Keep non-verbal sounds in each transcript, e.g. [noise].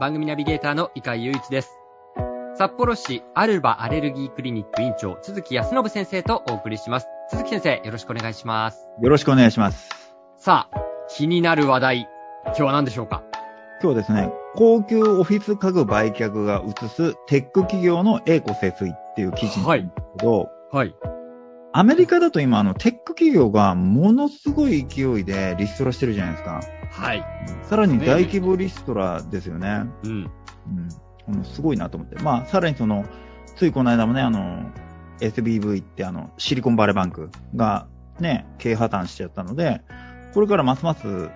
番組ナビゲーターの伊海祐一です。札幌市アルバアレルギークリニック院長、鈴木康信先生とお送りします。鈴木先生、よろしくお願いします。よろしくお願いします。さあ、気になる話題、今日は何でしょうか今日ですね、高級オフィス家具売却が移すテック企業の栄枯節水っていう記事なんですけど、はい。アメリカだと今あのテック企業がものすごい勢いでリストラしてるじゃないですか。はい。さらに大規模リストラですよね。うん。うん。うんすごいなと思って。まあ、さらにその、ついこの間もね、あの、SBV ってあの、シリコンバレーバンクがね、経営破綻しちゃったので、これからますます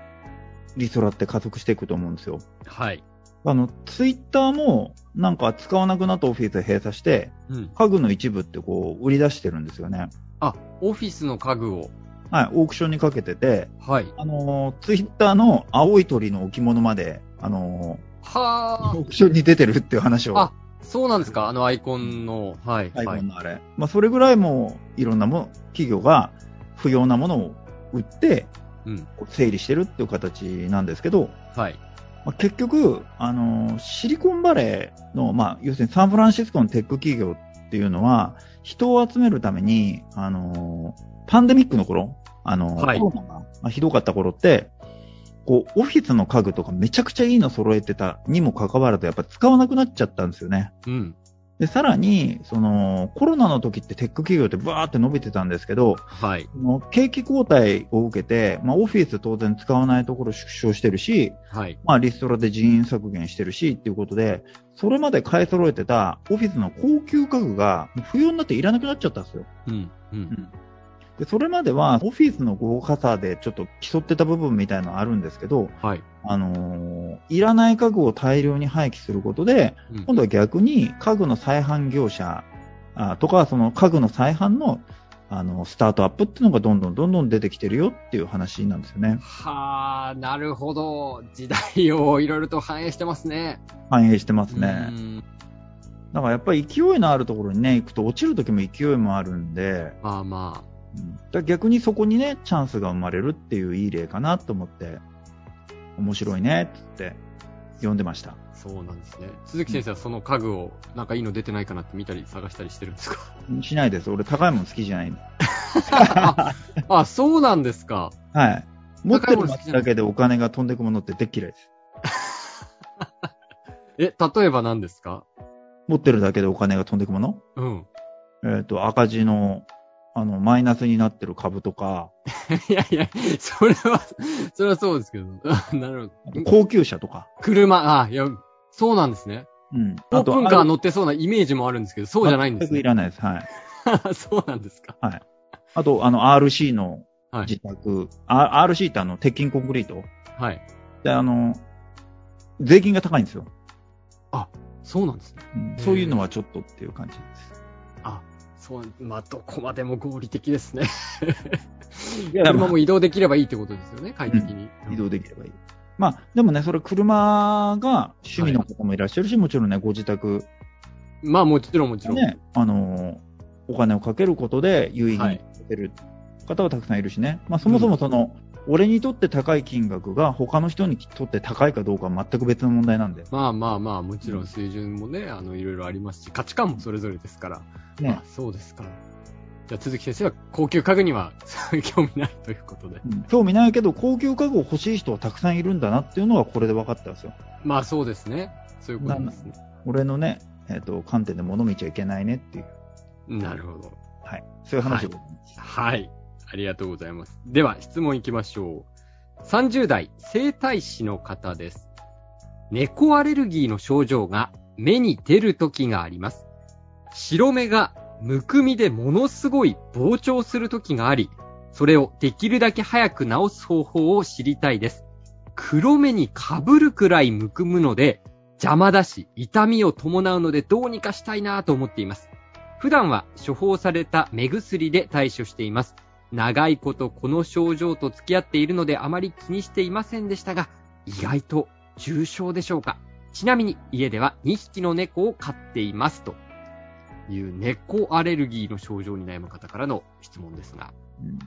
リストラって加速していくと思うんですよ。はい。あの、ツイッターも、なんか使わなくなったオフィス閉鎖して、うん。家具の一部ってこう、売り出してるんですよね。あ、オフィスの家具を。はい、オークションにかけてて、はい。あのーツイッターの青い鳥の置物まで、あのはーオークションに出てるっていう話を、ああ、そうなんですかあのアイコンの。はい。アイコはいン。のあれ。まあ、それぐらいもう、いろんなもの、企業が不要なものを売って、うん。こう整理してるっていう形なんですけど、はい。まあ、結局、あのーシリコンバレーの、まあ、要するにサンフランシスコのテック企業っていうのは、人を集めるために、あのーパンデミックの頃、あのーはいコロナがまあひどかった頃って、こう、オフィスの家具とかめちゃくちゃいいの揃えてたにもかかわらず、やっぱ使わなくなっちゃったんですよね。うん。で、さらに、その、コロナの時ってテック企業ってバーって伸びてたんですけど、はい。その景気後退を受けて、まあ、オフィス当然使わないところ縮小してるし、はい。まあ、リストラで人員削減してるしっていうことで、それまで買い揃えてたオフィスの高級家具が不要になっていらなくなっちゃったんですよ。うん。うん。で、それまではオフィスの豪華さでちょっと競ってた部分みたいのはあるんですけど、はい。あのーいらない家具を大量に廃棄することで、うん今度は逆に家具の再販業者あとか、その家具の再販のあのスタートアップっていうのがどんどんどんどん出てきてるよっていう話なんですよね。はあ、なるほど。時代をいろいろと反映してますね。反映してますね。うんだからやっぱり勢いのあるところにね、行くと落ちる時も勢いもあるんで、まあまうんだから逆にそこにね、チャンスが生まれるっていういい例かなと思って、面白いねっつって読んでました。あ、そうなんですね。鈴木先生はその家具を、なんかいいの出てないかなって見たり探したりしてるんです [laughs] かしないです。俺高いもの好きじゃないんで。あ、あそうなんですか。はい。持って高いもるの好きじゃないだけでお金が飛んでくものってでっ嫌いです。え、例えば何ですか持ってるだけでお金が飛んでくものうん。えっ、と、赤字の、あの、マイナスになってる株とか、いやいや、それは、それはそうですけど。 [laughs] あなるあほとど。高級車とか。車、あ、いや、そうなんですね。うん。オープあと、ンカー乗ってそうなイメージもあるんですけど、そうじゃないんです全くね。いらないです。はい。 [laughs] そうなんですか。あと、あの、RC のはい自宅、あ RC ってあの、鉄筋コンクリート。はい。で、あの、税金が高いんですよ。そうなんですね。うんへーそういうのはちょっとっていう感じです。そう、まあ、どこまでも合理的ですね。いや車も移動できればいいってことですよね、快適に。移動できればいい。まあ、でもね、それ車が趣味の方もいらっしゃるし、もちろんね、ご自宅まあもちろんもちろん。ね、あのーお金をかけることで有意義にさせる方はたくさんいるしね。まあ、そもそもその、俺にとって高い金額が他の人にとって高いかどうかは全く別の問題なんで。まあまあまあ、もちろん水準もね、あの、いろいろありますし、価値観もそれぞれですから。ねあ。そうですか。じゃあ、鈴木先生は高級家具には [laughs] 興味ないということで。うん興味ないけど、高級家具を欲しい人はたくさんいるんだなっていうのはこれで分かったんですよ。まあそうですね。そういうことですね。俺のね、えっ、と、観点で物見ちゃいけないねっていう。なるほど。はい。そういう話を、はい。ありがとうございます。では、質問いきましょう。30代、生体師の方です。猫アレルギーの症状が目に出る時があります。白目がむくみでものすごい膨張する時があり、それをできるだけ早く治す方法を知りたいです。黒目にかぶるくらいむくむので、邪魔だし、痛みを伴うのでどうにかしたいなと思っています。普段は処方された目薬で対処しています。長いことこの症状と付き合っているのであまり気にしていませんでしたが、意外と重症でしょうか。ちなみに家では2匹の猫を飼っていますという猫アレルギーの症状に悩む方からの質問ですが、うん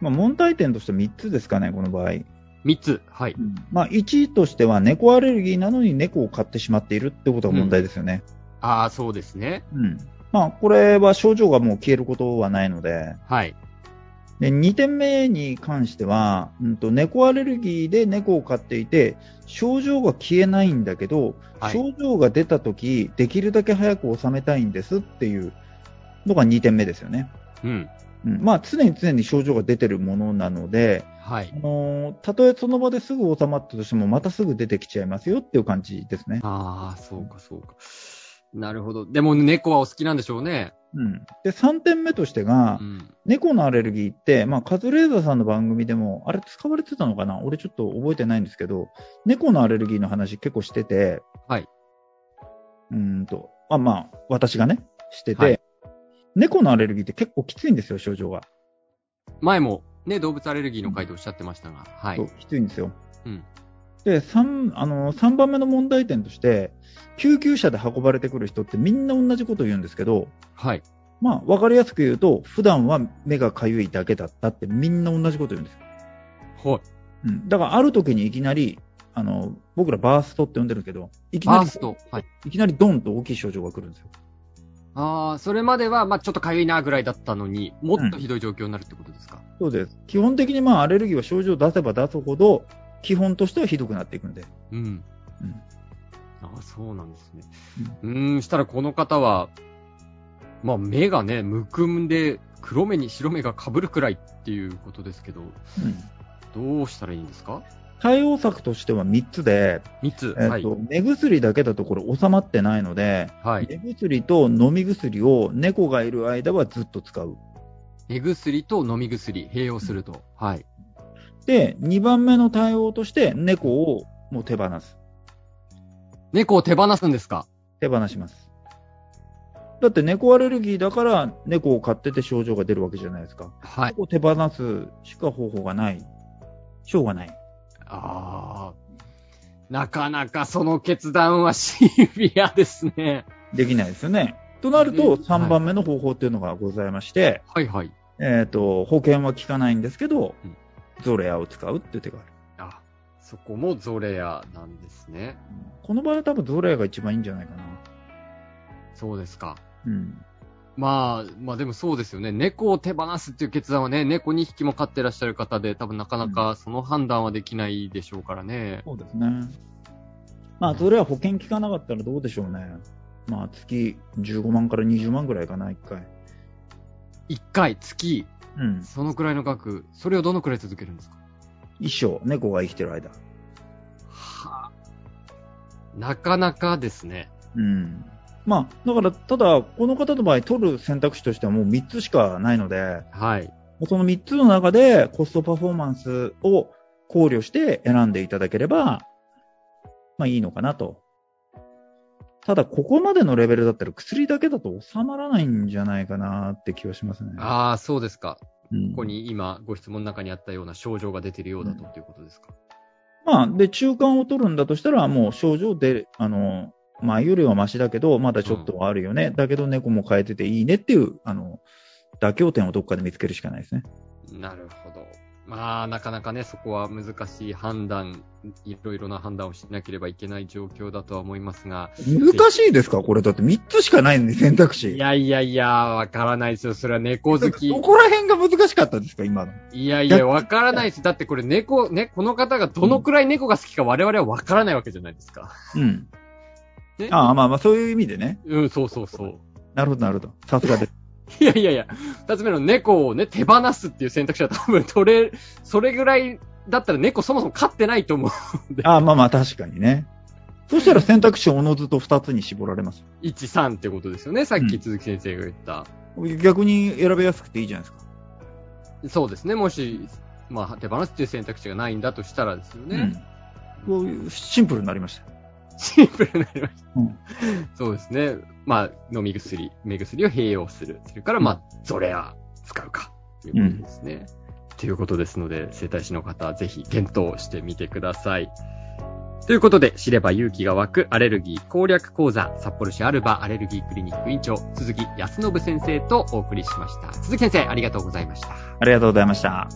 まあ、問題点として3つですかね、この場合。 3つ。はい。まあ、1としては、猫アレルギーなのに猫を飼ってしまっているってことが問題ですよね。ああ、そうですね。うんまあ、これは症状がもう消えることはないので、はい。で2点目に関しては、うんと、猫アレルギーで猫を飼っていて、症状が消えないんだけど、はい症状が出たとき、できるだけ早く治めたいんですっていうのが2点目ですよね。うん。うんまあ、常に常に症状が出てるものなので、はいあ。のーたとえその場ですぐ収まったとしても、またすぐ出てきちゃいますよっていう感じですね。ああ、そうか、そうか。なるほど。でも猫はお好きなんでしょうね。うん、で3点目としてが、うん。猫のアレルギーって、まあ、カズレーザーさんの番組でも、あれ使われてたのかな、俺ちょっと覚えてないんですけど、猫のアレルギーの話結構してて、はい、うーんと、まあまあ、私がね、してて、はい猫のアレルギーって結構きついんですよ、症状が。前も、ね、動物アレルギーの回でおっしゃってましたが、はそうい。きついんですよ。うんで 3, あの3番目の問題点として、救急車で運ばれてくる人ってみんな同じこと言うんですけど、はい。まあ、わかりやすく言うと、普段は目がかゆいだけだったってみんな同じこと言うんですよ。はい。うん、だから、ある時にいきなり、あの僕らバーストって呼んでるけど、いきなバーりス、ト。はい。いきなりドンと大きい症状が来るんですよ。ああ、それまでは、まあ、ちょっとかゆいなぐらいだったのに、もっとひどい状況になるってことですか。そうです。基本的にまあアレルギーは症状を出せば出すほど、基本としてはひどくなっていくんで。うん。うんああ、そうなんですね。うーん、したらこの方は、まあ、目がね、むくんで、黒目に白目が被るくらいっていうことですけど、うんどうしたらいいんですか対応策としては3つで、三つ。えはっいと。目薬だけだとこれ収まってないので、はい。目薬と飲み薬を猫がいる間はずっと使う。目薬と飲み薬、併用すると。はい。で、2番目の対応として猫をもう手放す。猫を手放すんですか手放します。だって猫アレルギーだから猫を飼ってて症状が出るわけじゃないですか。はい。猫を手放すしか方法がない。しょうがない。ああ。なかなかその決断はシビアですね。できないですよね。となるうんはと、い3番目の方法っていうのがございまして、はいはい。えっ、と、保険は効かないんですけどうん、ゾレアを使うっていう手がある。あ、そこもゾレアなんですね。この場合は多分ゾレアが一番いいんじゃないかな。そうですか。うん。まあ、まあでもそうですよね。猫を手放すっていう決断はね、猫2匹も飼ってらっしゃる方で、多分なかなかその判断はできないでしょうからね。そうですね。まあ、ゾレア保険効かなかったらどうでしょうね。まあ、月15万から20万ぐらいかな、1回。 1回、月、うん。そのくらいの額、それをどのくらい続けるんですか一生、猫が生きてる間。はあ。なかなかですね。うん。まあ、だから、ただ、この方の場合、取る選択肢としてはもう3つしかないので、はい。その3つの中でコストパフォーマンスを考慮して選んでいただければ、まあいいのかなと。ただ、ここまでのレベルだったら薬だけだと収まらないんじゃないかなって気はしますね。ああ、そうですか。うんここに今、ご質問の中にあったような症状が出てるようだとということですか。まあ、で、中間を取るんだとしたら、もう症状で、あの、前よりはマシだけど、まだちょっとはあるよね。だけど猫も変えてていいねっていう、あの、妥協点をどっかで見つけるしかないですね。なるほど。まあ、なかなかね、そこは難しい判断、いろいろな判断をしなければいけない状況だとは思いますが、難しいですかこれだって3つしかないのに選択肢。いやいやいや、わからないですよ。それは猫好 [laughs] きど。こら辺が難しかったんですか、今の。いやいや、わからないです。だってこれ猫、ね、この方がどのくらい猫が好きか我々はわからないわけじゃないですか。うん。ねああ、まあまあ、そういう意味でね。うん、そうそうそう。なるほど、なるほど。さすが [laughs] です。いやいやいや、二つ目の猫をね、手放すっていう選択肢は多分取れ、それぐらいだったら猫そもそも飼ってないと思う。ああ、まあまあ、確かにね。そしたら選択肢をおのずと2つに絞られます。 1、3ってことですよね。さっうきん鈴木先生が言った。逆に選べやすくていいじゃないですか。そうですね。もし、まあ、手放すっていう選択肢がないんだとしたらですよね。うんこういう。シンプルになりました。シンプルになりました。うんそうですね。まあ、飲み薬、目薬を併用する。それから、まあ、ゾレア使うか。ということですね。ということですので、整体師の方、ぜひ検討してみてください。ということで、知れば勇気が湧くアレルギー攻略講座、札幌市アルバアレルギークリニック委員長、鈴木康信先生とお送りしました。鈴木先生、ありがとうございました。ありがとうございました。